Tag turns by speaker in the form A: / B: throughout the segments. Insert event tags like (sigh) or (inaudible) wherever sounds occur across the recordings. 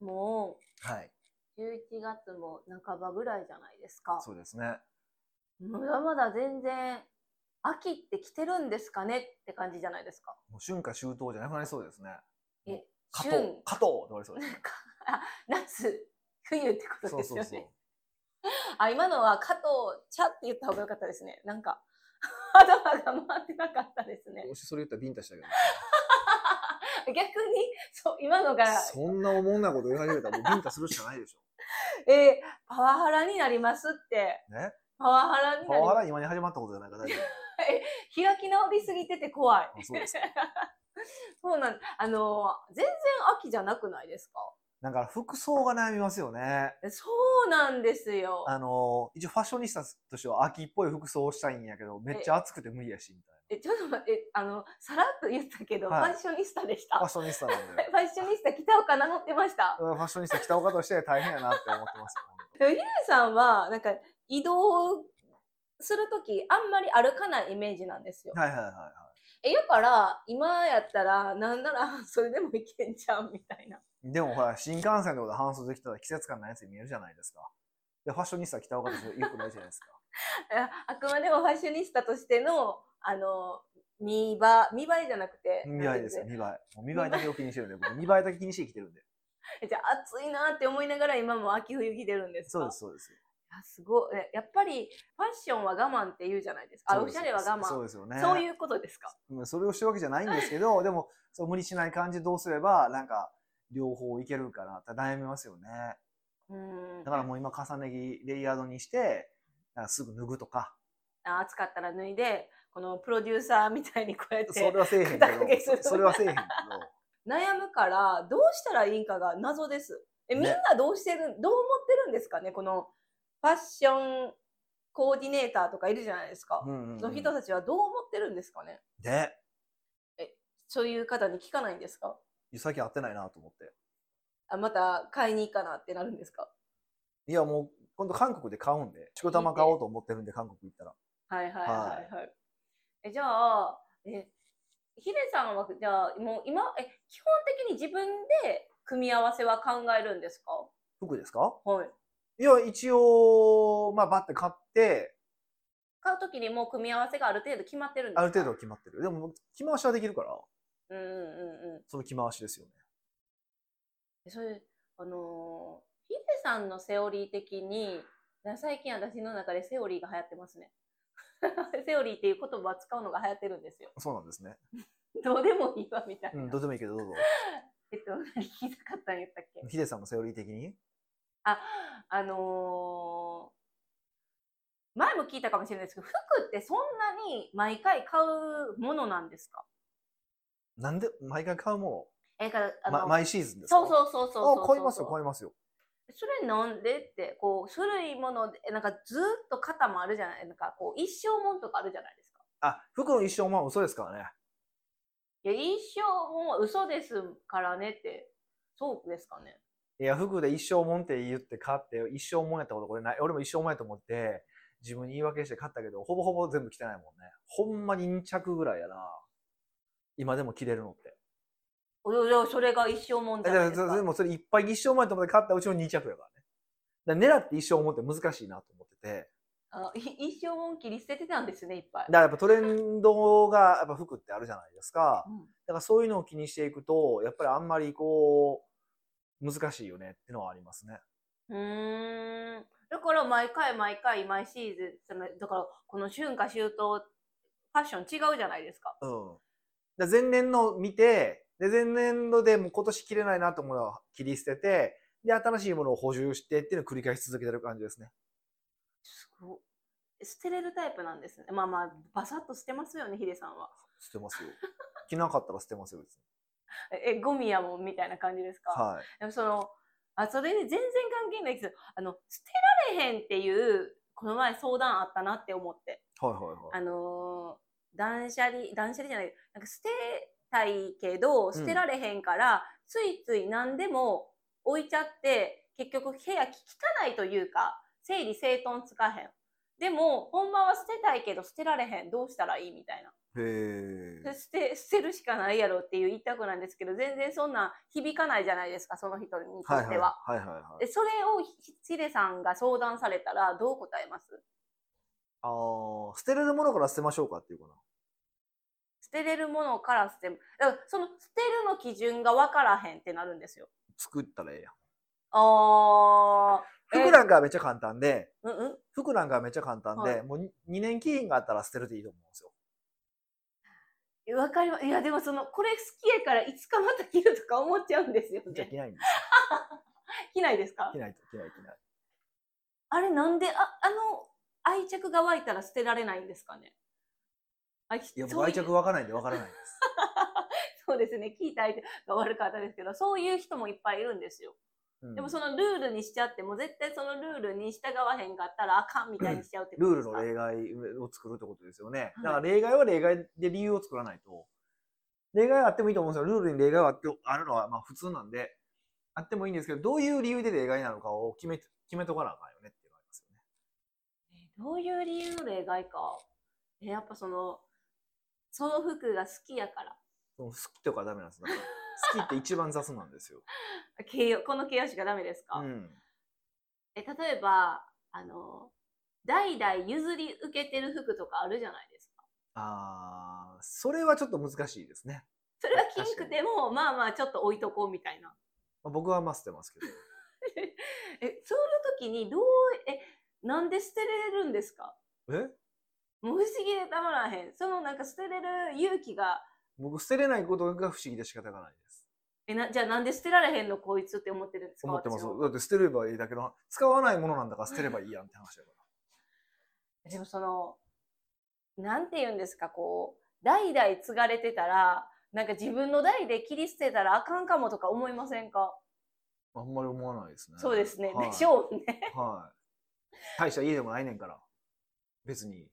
A: も
B: はい。
A: う11月も半ばぐらいじゃないですか。
B: そうですね。
A: まだまだ全然秋って来てるんですかねって感じじゃないですか。
B: もう春夏秋冬じゃなくなりそうですね。
A: え、
B: 加
A: 春 (laughs)
B: 藤、加藤って言われそうです
A: なん
B: ね。
A: かあ夏、冬ってこと
B: (laughs) そう
A: です
B: そ
A: よ
B: う
A: ね。
B: そう。
A: あ、今のは加藤茶って言った方が良かったですね。なんか (laughs) 頭が回ってなかったですね。
B: もしそれ言ったらビンタしたけど。
A: 逆にそう今のが、
B: そんなおもんなこと言い始めたらもうビンタするしかないでし (laughs)
A: えーパワハラになりますって。
B: ょ。ね。
A: パワハラに
B: パ
A: なり
B: ワハ
A: ます
B: ラ今に始まったことじゃないから大丈
A: 開き直りすぎてて怖い。
B: 夫。あ (laughs) そうですか。
A: (laughs) そうなんあのー全然秋じゃなくないですか
B: だから服装が悩みますよね。
A: そうなんですよ。
B: あの一応ファッショニスタとしては秋っぽい服装をしたいんやけどめっちゃ暑くて無理やしみたい
A: え、ちょっと待って、えあの、さらっと言ったけど、
B: は
A: フ
B: い
A: ァッショニスタでし
B: な
A: た。
B: フ
A: (laughs)
B: ァ
A: フ
B: ッショニスタなんで
A: ァッショニスタ北岡名乗ってました。
B: うんファッショニスタ北岡として大変やなって思ってますよ本当
A: でもヒデさんは、なんか、移動するとき、あんまり歩かないイメージなんですよ。
B: (laughs) はいはいはいはい。
A: え、やから、今やったら、なんなら、 (laughs) それでもいけんじゃん、みたいな。
B: でもほら、新幹線とかで搬送できたら季節感ないやつに見えるじゃないですか。で、ファッショニスタ北岡としてよくないじゃない
A: (laughs)
B: ですか。
A: ああくまでもファッショニスタとしての、あの、見栄え、見栄えじゃなくて。
B: 見栄えですよ、
A: なんて
B: 見栄え。もう見栄えだけを気にしてるんで、僕見栄えだけ気にして生きてるんで。
A: 言うんですかじゃあ、暑いなって思いながら、今も秋冬着てるんですか
B: そうです、そうです。
A: あすごい。えやっぱりファッションは我慢って言うじゃないですか。あ、
B: そう
A: お
B: です
A: しゃれは我慢。
B: そ
A: そうう
B: ですよね。
A: いうことですか。
B: うんそれをしてるわけじゃないんです
A: (laughs)
B: けど、でも、そう無理しない感じでどうすれば、なんか、両方いけるかなって悩みますよね。
A: うーん
B: だ。からもう今、重ね着、レイヤードにして、なんかすぐ脱ぐとか。
A: あ暑かったら脱いで、このプロデューサーみたいにこうやっ
B: それ
A: て
B: はせえへんけど
A: 肩掛けする、
B: それはせえへ
A: (laughs)
B: んけど、
A: 悩むから、どうしたらいいんかが謎です。え、
B: ね
A: みんなどうしてる、どう思ってるんですかね、このファッションコーディネーターとかいるじゃないですか。
B: うんうん
A: その
B: うん
A: 人たちはどう思ってるんですかね。
B: で、
A: そういう方に聞かないんですか
B: 最近会ってないなと思って。
A: あ、また買いに行かなってなるんですか
B: いやもう今度韓国で買うんで、チコ玉買おうと思ってるんで、韓国行ったら。
A: はいはいはいはい。えじゃあ、え、ヒデさんは、じゃあ、もう今、え、基本的に自分で組み合わせは考えるんですか
B: 服ですか
A: はい。
B: いや、一応、まあ、バッて買って、
A: 買うときにもう組み合わせがある程度決まってるんですか
B: ある程度は決まってる。でも、着回しはできるから、
A: うんうんうんうん
B: その着回しですよね。
A: え。それ、あのーヒデさんのセオリー的に、な最近私の中でセオリーが流行ってますね。 (laughs) セオリーっていう言葉を使うのが流行ってるんですよ。
B: そうなんですね。
A: どうでもいいわ、みたいうな。
B: ん、どうでもいいけど、どうぞ。
A: えっと、何聞きたかったん言ったっけ
B: ヒデさんのセオリー的に
A: あ、あのー前も聞いたかもしれないですけど、服ってそんなに毎回買うものなんですか
B: なんで、毎回買うも
A: え、だから、あ
B: の、
A: の、
B: ま、毎シーズンですか
A: そうそうそうそうそうそう。
B: あ、買いますよ、買いますよ。
A: それなんでって、こう、古いもので、なんかずっと肩もあるじゃないなんかこう、一生もんとかあるじゃないですか。
B: あ、服の一生も嘘ですからね。
A: いや、一生もんは嘘ですからねって、そうですかね。
B: いや、服で一生もんって言って買って、一生もんやったことこれない。俺も一生もんやと思って、自分に言い訳して買ったけど、ほぼほぼ全部着てないもんね。ほんまに2着ぐらいやな。今でも着れるのって。
A: およよ、それが一生もんじ
B: え
A: ゃな
B: だか
A: いで
B: ら
A: す
B: そ
A: か。
B: でもそれいっぱい一生もんやと思って買ったうちの2着やからね。だから狙って一生もんって難しいなと思ってて。
A: あい一生もん切り捨ててたんですね、いっぱい
B: だ。からやっぱトレンドが、やっぱ服ってあるじゃないですか。
A: うん
B: だからそういうのを気にしていくと、やっぱりあんまりこう、難しいよねってのはありますね。
A: うーん。だから毎回毎回毎シーズン、そのだからこの春夏秋冬、ファッション違うじゃないですか。
B: うん。だ前年の見て、で、前年度でもう今年着れないなと思うのは切り捨てて、で、新しいものを補充してっていうのを繰り返し続けてる感じですね。
A: すごい捨てれるタイプなんですね。まあまあ、バサッと捨てますよね、ヒデさんは。
B: 捨てますよ。 (laughs) 着なかったら捨てますよ、別に。
A: え、ゴミやもんみたいな感じですか。
B: はい。
A: でもその、あ、それで全然関係ないですあの、捨てられへんっていう、この前相談あったなって思って。
B: はいはいは
A: あ
B: い。
A: のー断捨離、断捨離じゃない、なんか捨てたいけど、捨てられへんから、ついつい何でも置いちゃって、結局部屋汚いというか、整理整頓つかへん。でも、ほんまは捨てたいけど捨てられへん。どうしたらいいみたいな。
B: へ
A: で捨て、捨てるしかないやろっていう一択なんですけど、全然そんな響かないじゃないですか、その人にと
B: は
A: っ
B: いは
A: て
B: い
A: は。
B: はいはいはい
A: でそれをひヒデさんが相談されたらどう答えます
B: あー捨てれるものから捨てましょうかっていうかな
A: 捨てれるものから捨てる。だからその捨てるの基準が分からへんってなるんですよ。
B: 作ったらええやん
A: あえ
B: 服なんかはめっちゃ簡単で
A: ー、うんうん。
B: 服なんかはめっちゃ簡単で、
A: はい
B: もう2年期限があったら捨てるでいいと思うんですよ
A: えわかります。いや、でもその、これ好きやからいつかまた着るとか思っちゃうんですよ
B: じゃあ
A: ね。
B: 着ないんです
A: 着ないですか
B: 着ないと着ない着ない
A: あれなんで、あ、あの、愛着が湧いたら捨てられないんですかねあ
B: いや
A: そう
B: 僕愛着
A: う
B: わからないんでわからないです
A: そうですね。聞いた相手が悪かったですけど、そういう人もいっぱいいるんですよ。
B: うん
A: でもそのルールにしちゃっても、絶対そのルールに従わへんかったらあかんみたいにしちゃうってこ
B: ル
A: と
B: ー
A: で
B: ル
A: す
B: の
A: か
B: 例外を作るってことですよね。
A: はい
B: だから例外は例外で理由を作らないと。例外はあってもいいと思うんですよ。ルールに例外はあってあるのはまあ普通なんで、あってもいいんですけど、どういう理由で例外なのかを決め決めとかなあかんよねっていうのがありますよね。
A: どういう理由の例外か。えやっぱその、その服が好きやから。
B: その好きとかダメなんですよ。
A: (laughs)
B: だから好きって一番雑なんですよ。
A: 形容この形容詞がダメですか、
B: うん。
A: え例えば、あの、代々譲り受けてる服とかあるじゃないですか。
B: あーそれはちょっと難しいですね。
A: それは着んくても、まあまあちょっと置いとこうみたいな。 (laughs)
B: まあ僕はまあ捨てますけど。
A: え、その時にどう、え、なんで捨てれるんですか
B: え
A: もう不思議でたまらへん。そのなんか捨てれる勇気が、
B: 僕捨てれないことが不思議で仕方がないです。
A: え、な、じゃあなんで捨てられへんのこいつって思ってるんですか
B: 思ってます。
A: 私は
B: だって捨てればいいだけの、使わないものなんだから捨てればいいやんって話だから。
A: でもその、なんて言うんですか、こう、代々継がれてたら、なんか自分の代で切り捨てたらあかんかもとか思いませんか、
B: あんまり思わないですね。
A: そうですね。
B: はい、
A: でしょうね。 (laughs)
B: はい。大した家でもないねんから。別に。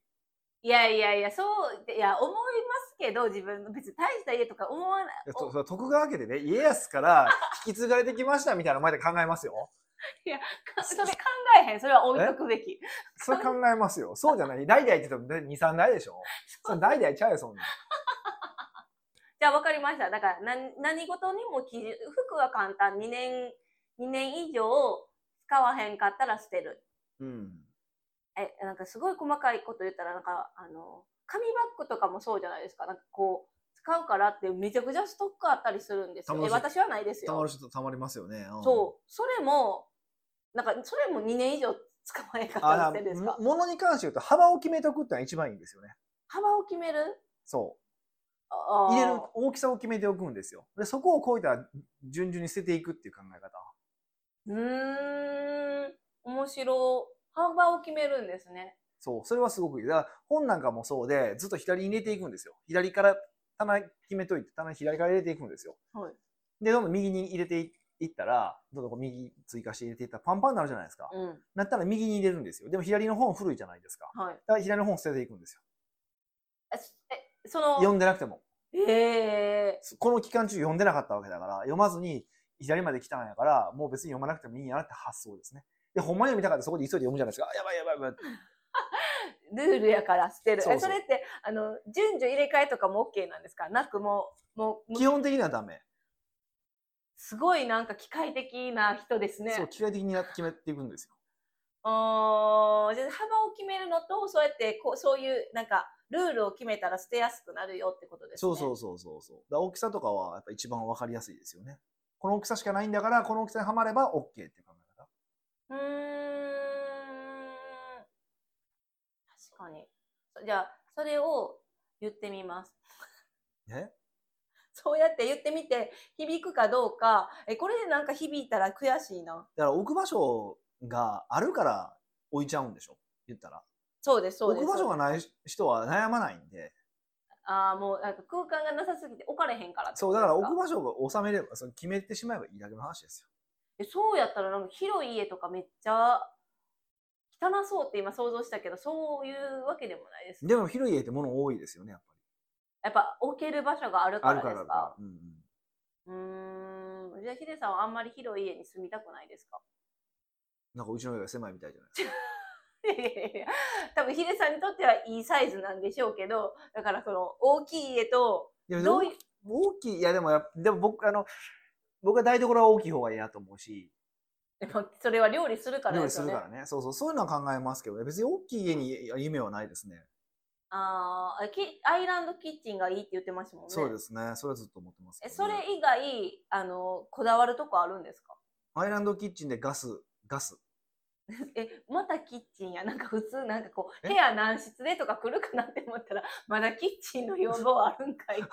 A: いやいやいや、そう、いや、思いますけど、自分の別に大した家とか思わない。
B: いや
A: お
B: とそれは徳川家でね、家康から引き継がれてきましたみたいな前で考えますよ。
A: かそれ考えへん。それは置いとくべき。
B: それ考えますよ。そうじゃない。代々って言っても2、3代でしょ。それ代々ちゃうよ、そんなん。
A: じゃあ分かりました。だから何何事にも基準、服は簡単。2年、2年以上使わへんかったら捨てる。
B: うん。
A: え、なんかすごい細かいこと言ったら、なんか、あの、紙バッグとかもそうじゃないですか。なんかこう、使うからってめちゃくちゃストックあったりするんです
B: たま
A: よ。
B: る
A: え、
B: し
A: 私はないです
B: たま
A: よ
B: る。人たまりますよね。うん
A: そう。それも、なんか、それも2年以上使わへんかったら
B: あ
A: 捨てるんです
B: も
A: か
B: 物に関して言うと幅を決めとくってのは一番いいんですよね。
A: 幅を決める
B: そう。
A: あー
B: 入れる大きさを決めておくんですよ。で、そこを超えたら順々に捨てていくっていう考え方。
A: うーん、面白い。幅を決めるんですね。
B: そう、それはすごくいい。だから本なんかもそうで、ずっと左に入れていくんですよ。左から棚決めといて、棚に左から入れていくんですよ。
A: はい
B: で、どんどん右に入れていったら、どんどんこう右追加して入れていったらパンパンになるじゃないですか。
A: うん、
B: なったら右に入れるんですよ。でも左の本古いじゃないですか。
A: はい。
B: だから左の本捨てていくんですよ。
A: えすえ、その、
B: 読んでなくても。
A: え
B: この期間中読んでなかったわけだから、読まずに左まで来たんやから、もう別に読まなくてもいいんやなって発想ですね。で、ほんまに読みたかったらそこで急いで読むじゃないですか。あやばいやばいやばい。
A: ー、ルールやから捨てる。
B: そうそう
A: えそれって、あの、順序入れ替えとかも OK なんですかなくもう、もう、
B: 基本的にはダメ。
A: すごいなんか機械的な人ですね。
B: そう、機械的にや決めていくんですよ。
A: あーじゃあ幅を決めるのと、そうやってこう、そういう、なんか、ルールを決めたら捨てやすくなるよってことです
B: そ
A: ね。。
B: うそううそうそうそう。だから大きさとかはやっぱ一番わかりやすいですよね。この大きさしかないんだから、この大きさにはまれば OK っていう考え方。
A: うーん。確かに。じゃあ、それを言ってみます。 (laughs)
B: ね
A: そうやって言ってみて、響くかどうか、え、これでなんか響いたら悔しいな。
B: だから置く場所があるから置いちゃうんでしょ言ったら。
A: そうです、そう
B: 置
A: です。
B: く場所がない人は悩まないんで。
A: ああ、もうなんか空間がなさすぎて置かれへんからって
B: そ
A: こ
B: う、
A: と
B: だ
A: です
B: から置く場所を収めれば、その決めてしまえばいいだけの話ですよ。
A: えそうやったらなんか広い家とかめっちゃ汚そうって今想像したけど、そういうわけでもないです。
B: でも広い家って物多いですよね、やっぱり。
A: やっぱ置ける場所があるか
B: あ
A: ら
B: る
A: で
B: からあ
A: す
B: るか
A: か。
B: らうんうん
A: うーん。じゃあヒデさんはあんまり広い家に住みたくないですか (laughs)
B: なんかうちの家が狭いみたいじゃない
A: いやいやいや多分ヒデさんにとってはいいサイズなんでしょうけどだからその大きい家と
B: いや
A: どういう
B: 大きい、いやでもやっ、でも僕、あの、僕は台所は大きい方がいいなと思うし、
A: でもそれは料理するから
B: 料
A: で
B: 理
A: す
B: す
A: よ
B: る
A: ね
B: からね。そうそう、そういうのは考えますけどね、別に大きい家に夢はないですね。
A: あーあきアイランドキッチンがいいって言ってましたもんね
B: そうですね。それはずっと思ってますけ
A: え
B: どね、
A: それ以外あのこだわるとこあるんですか
B: アイランドキッチンでガス、ガス。
A: えまたキッチンやなんか普通なんかこう
B: え
A: 部屋何室でとか来るかなって思ったら (laughs) まだキッチンの要望あるんかいって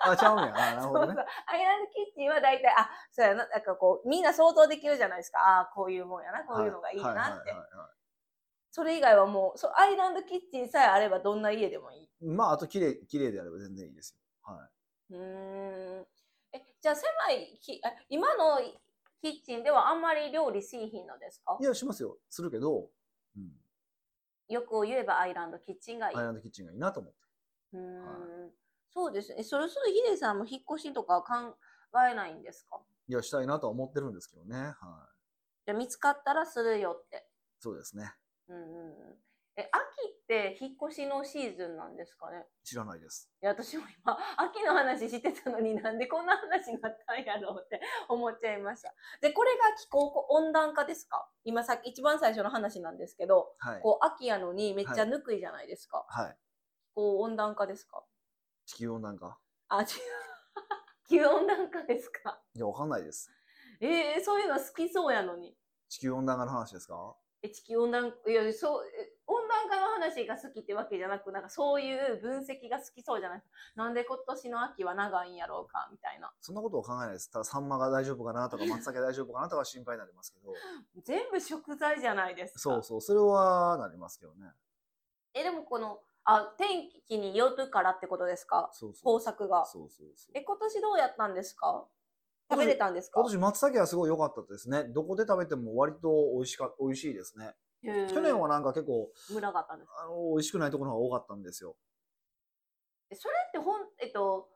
B: あ、ちゃうんや。 (laughs) あなる
A: そう
B: ほ
A: そう
B: どね。
A: アイランドキッチンは大体あそうやななんかこうみんな想像できるじゃないですかああーこういうもんやなこういうのがいいなって、
B: はははいはい
A: それ以外はもうそうアイランドキッチンさえあればどんな家でもいい
B: まあ、あと綺麗、綺麗であれば全然いいですよ。は
A: うーんえじゃあ狭いきあ今のキッチンではあんまり料理しいひんのですか
B: い。いや、しますよ。するけど、うん。
A: よく言えばアイランドキッチンがいい
B: アイ。ランドキッチンがいいなと思って。
A: うーん
B: は
A: そうですね。そろそろヒデさんも引っ越しとか考えないんですか
B: いや、したいなとは思ってるんですけどね。はい。
A: じゃあ見つかったらするよって。
B: そうですね。
A: うんうんうん、え秋って引っ越しのシーズンなんですかね
B: 知らないです。
A: いや私も今秋の話してたのになんでこんな話になったんやろうって (laughs) 思っちゃいました。でこれが気候温暖化ですか今さっき一番最初の話なんですけど
B: はい。
A: こう秋やのにめっちゃぬくいじゃないですか。
B: はい。
A: 気候温暖化ですか
B: 地球温暖化。
A: あ違う (laughs) 気候温暖化ですか
B: いや、わかんないです。
A: えー、そういうの好きそうやのに。
B: 地球温暖化の話ですか
A: え地球温暖いやそうえ温暖化の話が好きってわけじゃなくなんかそういう分析が好きそうじゃなくなんで今年の秋は長いんやろうかみたいな
B: そんなことは考えないです。ただ、サンマが大丈夫かなとか、松茸大丈夫かなとか心配になりますけど。
A: 全部食材じゃないですか
B: そうそう、それはなりますけどね。
A: えでもこのあ天気によるからってことですか
B: そうそう。
A: 豊作が
B: そうそうそう。
A: え今年どうやったんですか
B: 今
A: 食
B: 年
A: べれたんですか
B: 今年松茸はすごい良かったですね。どこで食べても割と美味しか、美味しいですね。
A: へー
B: 去年はなんか結構、
A: 村があったんですか
B: あの、美味しくないところの方が多かったんですよ。
A: えそれってほんえっと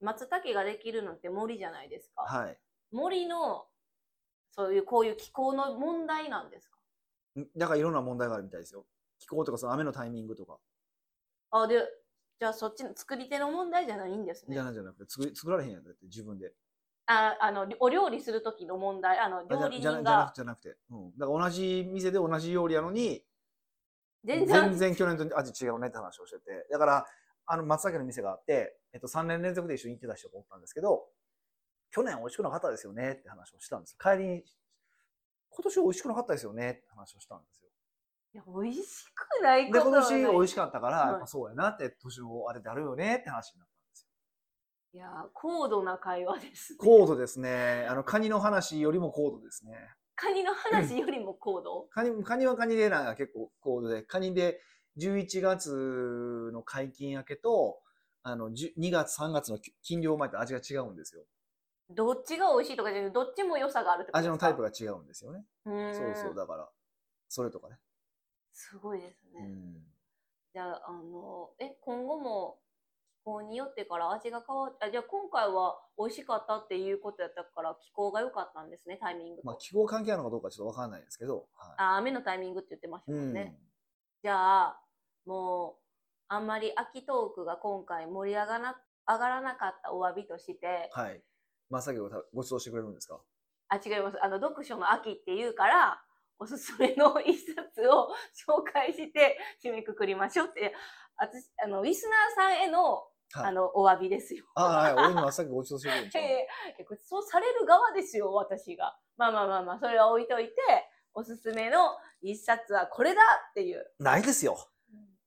A: 松茸ができるのって森じゃないですか、
B: はい。
A: 森のそういうこういう気候の問題なんですか
B: だからいろんな問題があるみたいですよ。気候とかその雨のタイミングとか。
A: あでじゃあそっちの作り手の問題じゃないんです
B: じ
A: ね
B: ゃ。ないじゃなくて、作り作られへんやんだって自分で。
A: ああのお料理する時の問題あの
B: あじゃ
A: 料理
B: じゃな
A: 人
B: じゃな
A: が
B: くじゃなくて。うん。だから同じ店で同じ料理やのに、
A: 全然
B: 全然去年と味違うねって話をしてて。だから、あの、松茸の店があって、えっと、3年連続で一緒に行ってた人がおったんですけど、去年美味しくなかったですよねって話をしたんですよ。帰りに、今年美味しくなかったですよねって話をしたんですよ。
A: いや美味しくないこ
B: で、
A: と
B: 今
A: はない
B: 年美味しかったから、
A: はい
B: やっぱそうやなって、年をあれであるよねって話になったんですよ。
A: いや高度な会話です、ね。
B: 高度ですね。あの、カニの話よりも高度ですね。
A: カニの話よりも高度、
B: カニ、カニはカニでなんか結構高度で、カニで11月の解禁明けと、あの、10 2月3月の禁漁前って味が違うんですよ。
A: どっちが美味しいとかじゃなくてどっちも良さがあるってことです
B: 味
A: か
B: のタイプが違うんですよね。
A: うーん
B: そうそう、だから、それとかね。
A: すごいです
B: う
A: ね。
B: ん。
A: じゃああのえ今後も気候によってから味が変わってあじゃあ今回は美味しかったっていうことやったから気候が良かったんですねタイミングと。
B: まあ、気候関係あるのかどうかちょっとわかんないですけど、は
A: あ雨のタイミングって言ってまし
B: い。
A: たもんね。
B: う
A: じゃあ、もう、あんまり秋トークが今回盛り上がらな上がらなかったお詫びとして、
B: ん。はい。まさきをご馳走してくれるんですか
A: あ、違います。あの、読書の秋っていうから、おすすめの一冊を紹介して締めくくりましょうって、あつあの、リスナーさんへの、
B: はい
A: あの、お詫びですよ。
B: ああ、はい。俺にまさきご馳走してくれ
A: (laughs)
B: るんです
A: え
B: か
A: えごちそうされる側ですよ、私が。まあまあまあまあ、それは置いといて、おすすめの一冊はこれだっていう。
B: ないですよ。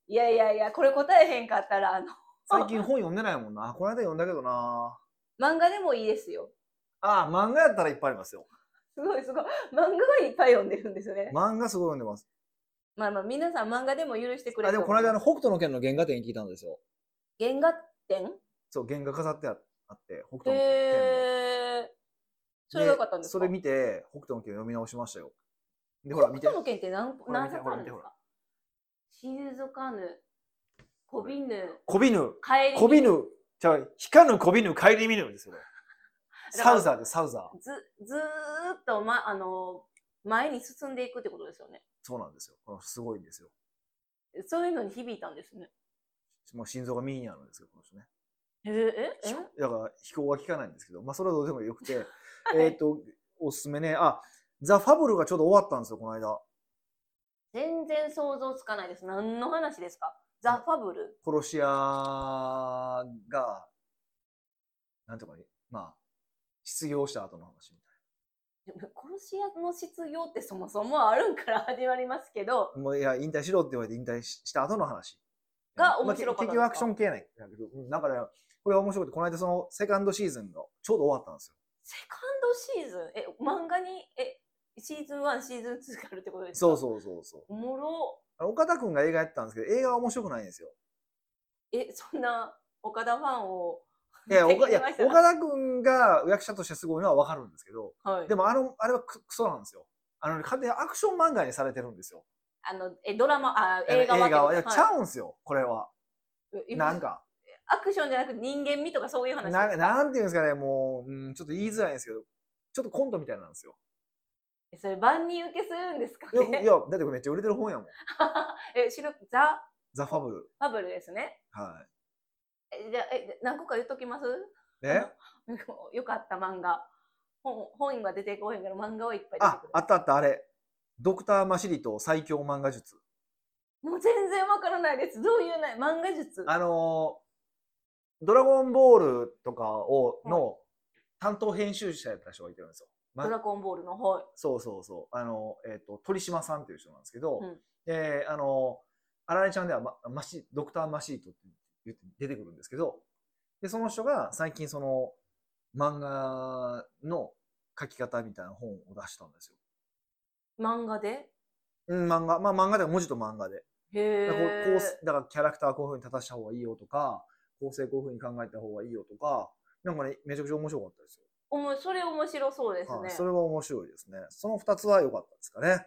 A: いやいやいや、これ答えへんかったら、あの、
B: 最近本読んでない
A: (laughs)
B: もんな。この間読んだけどな。
A: 漫画でもいいですよ。
B: ああ、漫画やったらいっぱいありますよ。
A: すごいすごい。漫画はいっぱい読んでるんですよね。
B: 漫画すごい読んでます。
A: まあまあ、皆さん漫画でも許してくれ
B: あ、でもこの間あの
A: の
B: 北斗の拳の原画展に聞いたんですよ。
A: 原画展
B: そう、原画飾ってああって、北斗の拳の。
A: へえ。それが良かったんですか
B: それ見て、北斗の拳を読み直しましたよ。で、ほら、見て
A: 北。斗の拳って何
B: ほら
A: 何
B: 見て
A: 冊あるんです
B: ほら
A: か死ぬぞかぬ、こびぬ、
B: こびぬ、
A: 帰りぬ
B: こびぬ、じゃあ、ひかぬこびぬ、帰り見ぬですよ。 (laughs)
A: だ
B: サ
A: から
B: ウザーでサウザー。
A: ずずーっと、ま、あの前に進んでいくってことですよね。
B: そうなんですよ。この人すごいんですよ。
A: そういうのに響いたんですね。
B: もう心臓がミニなんですけど、この人ね。
A: えええ
B: ひこだから飛行は聞かないんですけど、まあ (laughs) それはどうでもよくて、えっと、おすすめね、あ、ザ・ファブルがちょうど終わったんですよ、この間。
A: 全然想像つかないです。何の話ですかザ・ファブル。
B: 殺し屋が、なんていうかね、まあ、失業した後の話みた
A: 殺し屋の失業ってそもそもあるんから始まりますけど、
B: いな。もういや、引退しろって言われて引退しした後の話。
A: が面白かったんですか
B: まあ結局アクション系なんやけど、うんだから、これは面白くて、この間そのセカンドシーズンがちょうど終わったんですよ。
A: セカンドシーズン、え、漫画に、え、シーズン1、シーズン2があるってことですか
B: そう
A: う。
B: そうそうそう。
A: おもろ。
B: あの岡田くんが映画やってたんですけど、映画は面白くないんですよ。
A: え、そんな岡田ファンを。
B: いや、岡いや
A: 見てきました
B: 岡田くんが役者としてすごいのはわかるんですけど、
A: はい
B: で。もあの、あれはククソなんですよ。あの、勝手にアクション漫画にされてるんですよ。
A: あの、え、ドラマ、あ、
B: あの
A: 映画はってこと
B: いや、ちゃうんですよ、これは。
A: はい
B: なんか、
A: アクションじゃなく人間味とかそういう話。
B: ななんていうんですかね、もう、うん、ちょっと言いづらいんですけど、ちょっとコントみたいなんですよ。
A: えそれ万人受けするんですか
B: いや、い
A: ね。
B: やだってこれめっちゃ売れてる (laughs) 本やもん。
A: (laughs) え、白く、ザ・
B: ザ・ファブル。
A: ファブルですね。
B: は
A: え、じゃあ、え、何個か言っときます
B: い。ね。
A: (laughs) よかった漫画。本本が出てこへんから漫画はいっぱい出て
B: あ
A: く、る。
B: あったあった、あれ。ドクター・マシリと最強漫画術。
A: もう全然わからないです。どういうない漫画術。
B: あのードラゴンボールとかを、の担当編集者やった人がいてるんですよ。ま
A: ドラゴンボールの方。
B: そうそうそう。あの、えっ、と、鳥島さんっていう人なんですけど、
A: うん
B: で、あの、あられちゃんでは、ま、マシ、ドクターマシートって言って出てくるんですけど、で、その人が最近その漫画の書き方みたいな本を出したんですよ。
A: 漫画で
B: うん、漫画。まあ漫画でも文字と漫画で。
A: へ
B: だからこうこう
A: え。
B: すだからキャラクターこういう風に立たした方がいいよとか、構成こういう風に考えた方がいいよとか、なんかね、めちゃくちゃ面白かったですよ。
A: おもそれ面白そうですね。
B: はい、それは面白いですね。その二つは良かったですかね。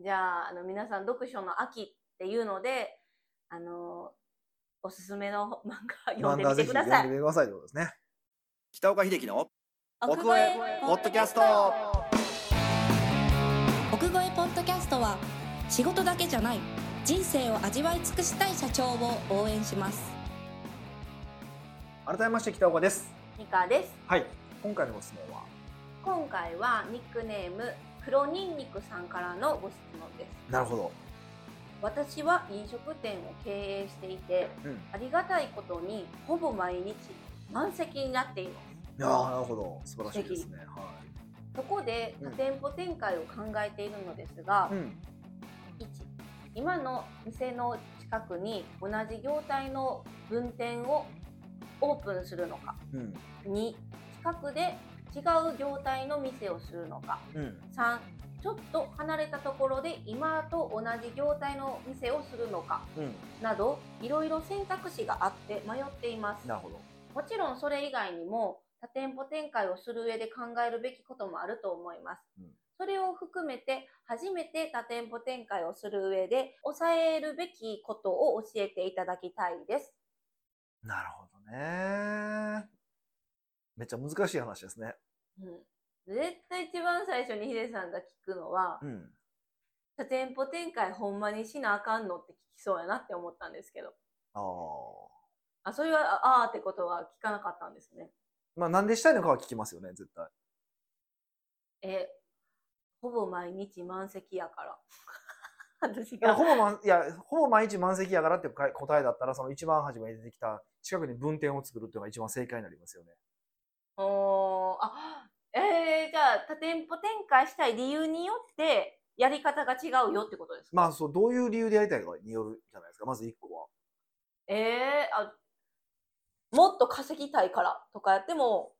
A: じゃああの皆さん読書の秋っていうので、あのおすすめの漫画読んでみてくださ
B: 漫画ぜひ読んで
A: い。
B: みてくださいってことですね。
C: 北岡秀樹の奥越えポッドキャスト
D: 奥越えポッドキャストは仕事だけじゃない人生を味わい尽くしたい社長を応援します
B: 改めまして北岡です。
A: ミカです。
B: はい。今回のご質問は
A: 今回はニックネーム黒ニンニクさんからのご質問です。
B: なるほど。
A: 私は飲食店を経営していて、
B: うん
A: ありがたいことにほぼ毎日満席になっています
B: いやーなるほど。素晴らしいですね。は
A: そこで
B: うん
A: 多店舗展開を考えているのですが、
B: い。うん。
A: 1今の店の近くに同じ業態の分店をオープンするのか
B: うん。
A: 2近くで違う業態の店をするのか
B: うん。
A: 3ちょっと離れたところで今と同じ業態の店をするのか
B: うん。
A: などいろいろ選択肢があって迷っています
B: なるほど。
A: もちろんそれ以外にも多店舗展開をする上で考えるべきこともあると思います。
B: うん
A: それを含めて初めて多店舗展開をする上で抑えるべきことを教えていただきたいです。
B: なるほどね。めっちゃ難しい話ですね。
A: うん、絶対一番最初にヒデさんが聞くのは、
B: うん。
A: 多店舗展開ほんまにしなあかんのって聞きそうやなって思ったんですけど。
B: ああ。
A: あ、それは、ああーってことは聞かなかったんですね。
B: まあなんでしたいのかは聞きますよね、絶対。
A: え、ほぼ毎日満席やから。 (laughs) 私
B: いや
A: が
B: ほ。ぼ満いやほぼ毎日満席やからって答えだったら、その一番初めに出てきた近くに分店を作るっていうのが一番正解になりますよね。
A: おーあえー、じゃあ多店舗展開したい理由によってやり方が違うよってことですか、
B: まあそう、どういう理由でやりたいかによるじゃないですか、まず一個は。
A: えー、あもっと稼ぎたいからとかやっても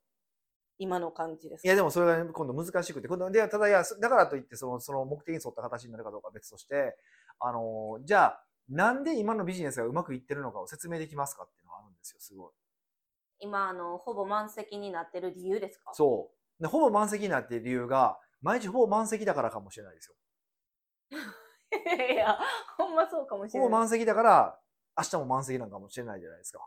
A: 今の感じです
B: い
A: か
B: やでもそれが今度難しくて、今度でただいやそだからといってそのその目的に沿った形になるかどうかは別として、あのじゃあなんで今のビジネスがうまくいってるのかを説明できますかっていうのがあるんですよ、すごい。
A: 今あのほぼ満席になってる理由ですか
B: そう。でほぼ満席になっている理由が、毎日ほぼ満席だからかもしれないですよ。
A: う (laughs) いやほんまそうかもし
B: ほ
A: れ
B: ぼ
A: ない
B: 満席だから、明日も満席なんかもしれないじゃないですか。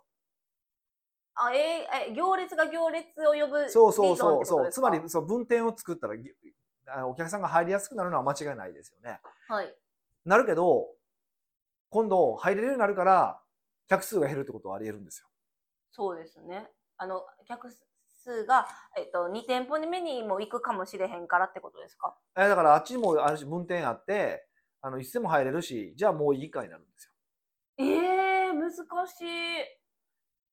A: あ、えーえ行列が行列を呼ぶ
B: そうそう
A: リー
B: そ
A: ドンってこと
B: うそう。
A: ですか
B: つまり、そう、分店を作ったら、ぎあのお客さんが入りやすくなるのは間違いないですよね。
A: はい
B: なるけど、今度入れるようになるから、客数が減るってことはあり得るんですよ。
A: そうですね。あの、客数が、えっと、2店舗目にも行くかもしれへんからってことですか
B: えだからあっちにもあるし分店あって、あの、いつでも入れるし、じゃあもういいかになるんですよ。
A: ええ難しい。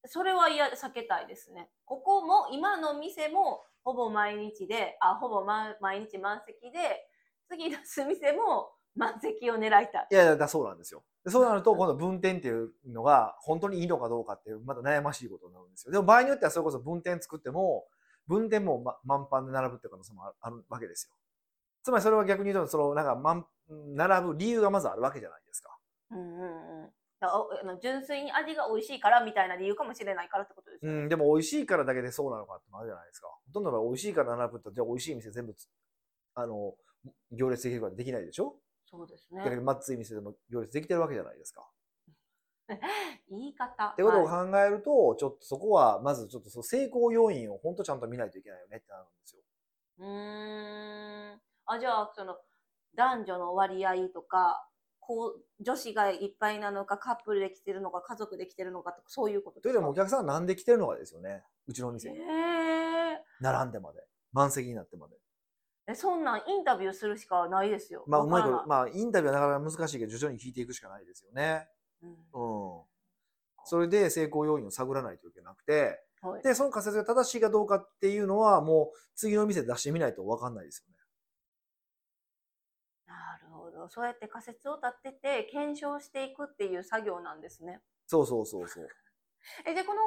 A: それは嫌、避けたいですね。ここも、今の店も、ほぼ毎日で、あ、ほぼ、ま、毎日満席で、次出す店も満席を狙いたい。
B: いやいや、だそうなんですよ。でそうなると、今度分店っていうのが本当にいいのかどうかっていう、また悩ましいことになるんですよ。でも場合によってはそれこそ分店作っても、分店も、ま、満帆で並ぶっていう可能性もあるあるわけですよ。つまりそれは逆に言うと、その、なんか、満並ぶ理由がまずあるわけじゃないですか。
A: うんうんうん。だおあの純粋に味が美味しいからみたいな理由かもしれないからってことです
B: う
A: よね。
B: ん、でも美味しいからだけでそうなのかってのあるじゃないですか。ほとんどの場合美味しいから並ぶと、じゃあ美味しい店全部つ、あの、行列できるからできないでしょ
A: そうです
B: だけ
A: ね。
B: ど、まっつい店でも行列できてるわけじゃないですか。
A: 言い方。
B: ってことを
A: はい
B: 考えると、ちょっとそこは、まずちょっとその成功要因を本当ちゃんと見ないといけないよねってなるんですよ。
A: うーん。あ、じゃあ、その、男女の割合とか、こう、女子がいっぱいなのか、カップルで来てるのか、家族で来てるのかとか、そういうこと
B: というよりもお客さんはなんで来てるのかですよね。うちの店
A: へ
B: に。
A: ー
B: 並んでまで。満席になってまで。
A: え。そんなんインタビューするしかないですよ。
B: まあ、うまいこ
A: わか
B: と、
A: らな
B: まあ、インタビューはなかなか難しいけど、徐々に聞いていくしかないですよね。
A: うん
B: うん。それで成功要因を探らないといけなくて、
A: はい
B: で、その仮説が正しいかどうかっていうのは、もう次の店で出してみないと分かんないですよね。
A: なるほど。そうやって仮説を立てて、検証していくっていう作業なんですね。
B: そうそうそうそう。
A: え、で、この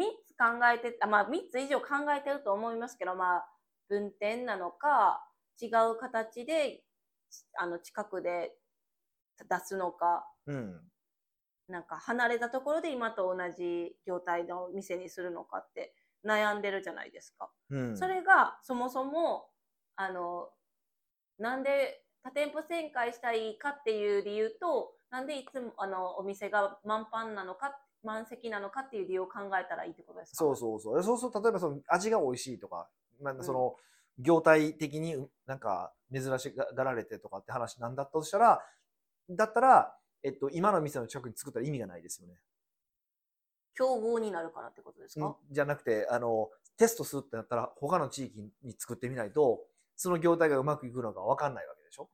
A: 3つ考えて、あまあ3つ以上考えてると思いますけど、まあ、分店なのか、違う形で、あの、近くで出すのか、
B: うん。
A: なんか離れたところで今と同じ業態の店にするのかって悩んでるじゃないですか。
B: うん。
A: それがそもそも、あの、なんで多店舗展開したいかっていう理由と、なんでいつもあのお店が満帆なのか、満席なのかっていう理由を考えたらいいってことですか
B: そうそうそう。そうすると、例えばその味が美味しいとか、なんかその、業態的にうなんか珍しがられてとかって話なんだとしたら、だったら、えっと、今の店の近くに作ったら意味がないですよね。
A: 競合になるからってことですか、
B: うんじゃなくて、あの、テストするってなったら、他の地域に作ってみないと、その業態がうまくいくのか分かんないわけでしょ。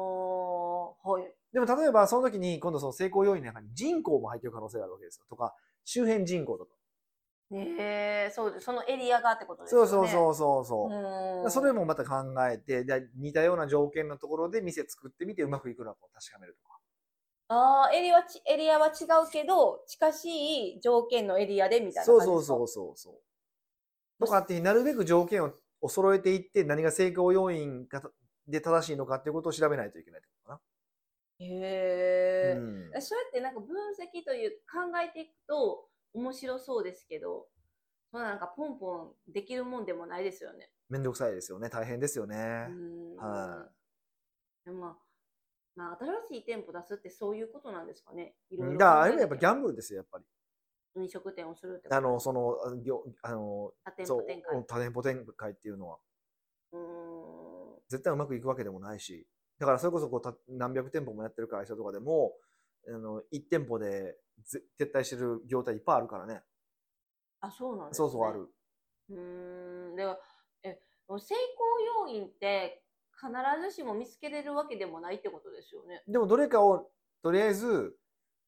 A: おー、はい。
B: でも例えばその時に今度その成功要因の中に人口も入ってる可能性があるわけですよ。とか、周辺人口とか。
A: ねえ、そうです。そのエリアがってことです
B: そ
A: よ
B: う
A: ね。
B: そうそうそうそう。
A: うーん。
B: それもまた考えて、で似たような条件のところで店作ってみてうまくいくのかを確かめるとか。
A: ああ、エリアはち、エリアは違うけど、近しい条件のエリアでみたいな感じ
B: そ
A: で
B: う
A: すか。
B: そうそうそうそう。とかっていうなるべく条件をを揃えていって何が成功要因がたで正しいのかっていうことを調べないといけないってことか
A: へえ
B: な。う。ん
A: えそうやってなんか分析という考えていくと面白そうですけど、そんななんかポンポンできるもんでもないですよね。
B: めんどくさいですよね。大変ですよね
A: う。ん
B: は
A: でもまあ、まあ、新しい店舗出すってそういうことなんですかね。いろい
B: うん
A: ろ。
B: だからあれもやっぱギャンブルですよ、やっぱり。
A: 飲食店をするってこと
B: あの、その、あの業あの、
A: 多店
B: そ
A: 舗
B: う
A: 展開。、
B: 多店舗展開っていうのは、
A: うーん
B: 絶対うまくいくわけでもないし、だからそれこそこうた何百店舗もやってる会社とかでも、あの、1店舗でぜ撤退してる業態いっぱいあるからね。
A: あ、そうなんです
B: そう
A: ね。
B: そうある。
A: うーん、では、え、成功要因って必ずしも見つけれるわけでもないってことですよね。
B: でもどれかを、とりあえず、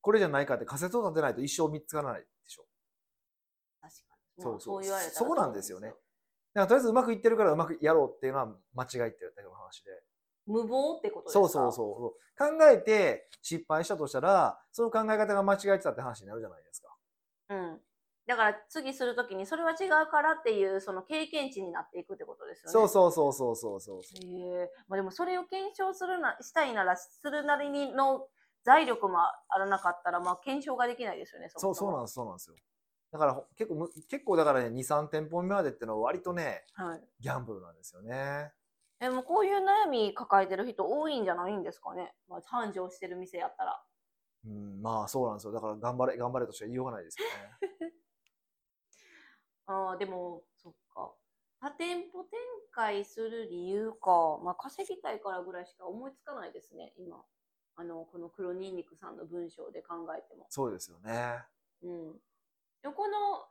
B: これじゃないかって仮説を立てないと一生見つからないでしょ。
A: 確かに。
B: そう
A: まあ
B: そう
A: 言われたら
B: そこなんですよねだからとりあえずうまくいってるからうまくやろうっていうのは間違いってるだけの話で。
A: 無謀ってことですか
B: そうそうそう。考えて失敗したとしたら、その考え方が間違えてたって話になるじゃないですか。
A: う。うん。だから次するときにそれは違うからっていうその経験値になっていくってことですよね。
B: そうそうそうそうそうそう。
A: へえまあ、でもそれを検証するなしたいならするなりにの財力もあらなかったらまあ検証ができないですよね。
B: そうそうなん
A: ん
B: です、そうなんですよ。だからほ結構む、結構だからね、2、3店舗目までってのは割とね、
A: はい。
B: ギャンブルなんですよね。
A: えもうこういう悩み抱えてる人多いんじゃないんですかね。まあ繁盛してる店やったら。
B: うん、まあそうなんですよ。だから頑張れ、頑張れとしか言いようがないですよ
A: (laughs)
B: ね。
A: ああ、でも、そっか。多店舗展開する理由か。まあ、稼ぎたいからぐらいしか思いつかないですね、今。あのこの黒ニンニクさんの文章で考えても。
B: そうですよね。
A: うん、でもこの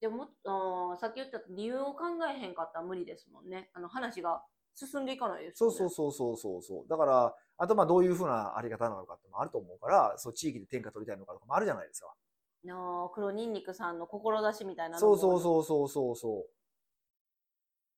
A: でもあーさっき言った理由を考えへんかったら無理ですもんね。あの話が進んでいかないです
B: そ
A: よ
B: う
A: ね。
B: そうそうそうそうそう。だから、あとまあどういうふうなあり方なのかってもあると思うから、そう地域で天下取りたいのかとかもあるじゃないですか。
A: なあ黒ニンニクさんの志みたいなの
B: そうそう
A: う
B: そうそうそうそ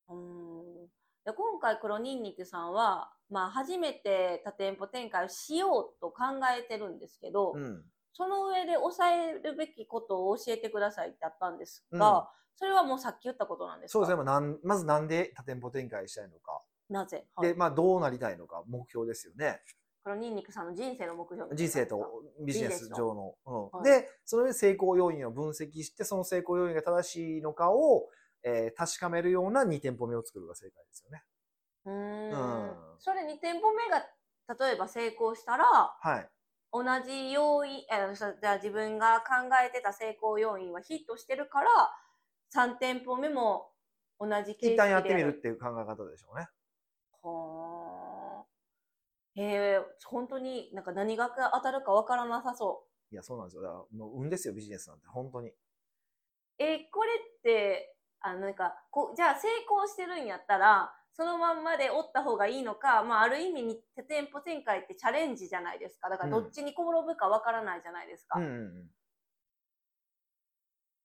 B: う
A: ーんで今回黒ニンニクさんは、まあ、初めて多店舗展開をしようと考えてるんですけど、
B: う。うん。
A: その上で抑えるべきことを教えてくださいってあったんですが、
B: うん
A: それはもうさっき言ったことなんですか
B: そうですね。まあなんまずなんで多店舗展開したいのか。
A: なぜ、はい
B: で、まあどうなりたいのか、目標ですよね。
A: 黒ニンニクさんの人生の目標みたいな
B: 人生とビジネス上の。うん
A: はい
B: で、その上で成功要因を分析して、その成功要因が正しいのかを、えー確かめるような2店舗目を作るのが正解ですよね。
A: うー
B: うん
A: んそれ2店舗目が例えば成功したら
B: はい。
A: 同じ要因えーそじゃあ自分が考えてた成功要因はヒットしてるから3店舗目も同じ形式で
B: 一旦やってみるっていう考え方でしょうね。
A: はーへえ本当になんか何が当たるかわからなさそう
B: いや、そうなんですよ。だからもう運ですよ、ビジネスなんて。本当に。
A: えこれってあなんかこうじゃあ成功してるんやったらそのまんまでおった方がいいのか、まあ、ある意味に手店舗展開ってチャレンジじゃないですかだからどっちに転ぶかわからないじゃないですか、
B: うんうんうん。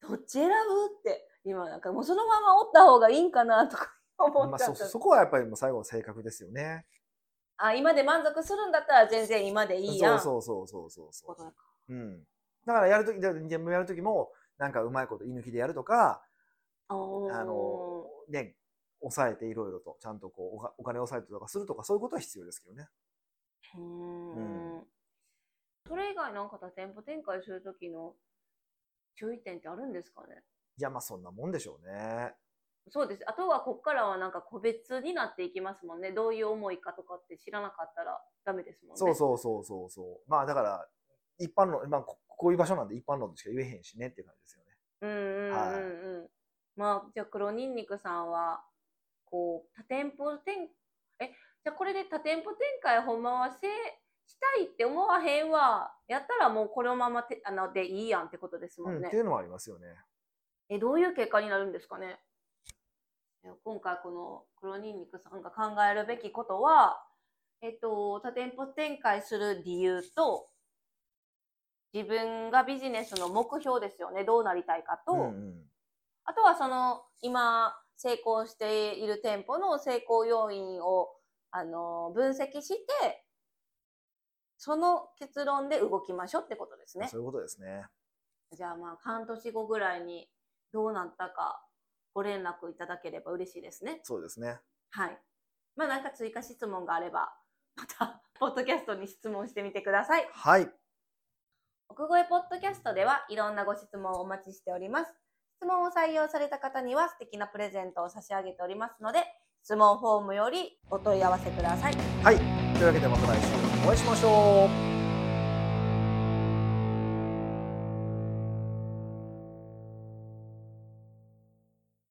A: どっち選ぶって今なんかもうそのままおった方がいいんかなとか (laughs) 思
B: ま
A: っ
B: あ、
A: ちゃ
B: そ
A: った、
B: そこはやっぱりもう最後の性格ですよね。
A: あ今で満足するんだったら全然今でいいやん
B: そうそうそうそうそう
A: こと
B: そ
A: だ
B: う
A: か。
B: うん。だからやるとき、だから人間もやるときも、なんかうまいこと居抜きでやるとか、
A: あ
B: あの
A: の、
B: ね、抑えていろいろと、ちゃんとこうおか、お金抑えてとかするとか、そういうことは必要ですけどね。
A: うーんそれ以外なんか多店舗展開する時の注意点ってあるんですかね
B: いや、まあそんなもんでしょうね。
A: そうです。あとはここからはなんか個別になっていきますもんね。どういう思いかとかって知らなかったらダメですもんね。
B: そうそうそうそうそう。まあだから、一般論、まあここういう場所なんで一般論しか言えへんしねっていう感じですよね。
A: うんうんうんうん。まあじゃあ黒ニンニクさんはこう多店舗展えじゃあこれで多店舗展開ほんまはせしたいって思わへんわやったらもうこのままてあのでいいやんってことですも
B: うんん、
A: ね
B: って。いうのもありますよね。
A: えどういう結果になるんですかねえ今回この黒ニンニクさんが考えるべきことは、えっと、多店舗展開する理由と自分がビジネスの目標ですよねどうなりたいかと、
B: うんうん、
A: あとはその今成功している店舗の成功要因をあの分析してその結論で動きましょうってことですね
B: そ。ういうことですね。
A: じゃあまあ半年後ぐらいにどうなったかご連絡いただければ嬉しいですね。
B: そうですね。
A: はい。まあなんか追加質問があれば、また (laughs) ポッドキャストに質問してみてください。
B: はい。
A: 奥越ポッドキャストではいろんなご質問をお待ちしております。質問を採用された方には素敵なプレゼントを差し上げておりますので、質問フォームよりお問い合わせください。
B: はい。というわけでまた来週お会いしましょう。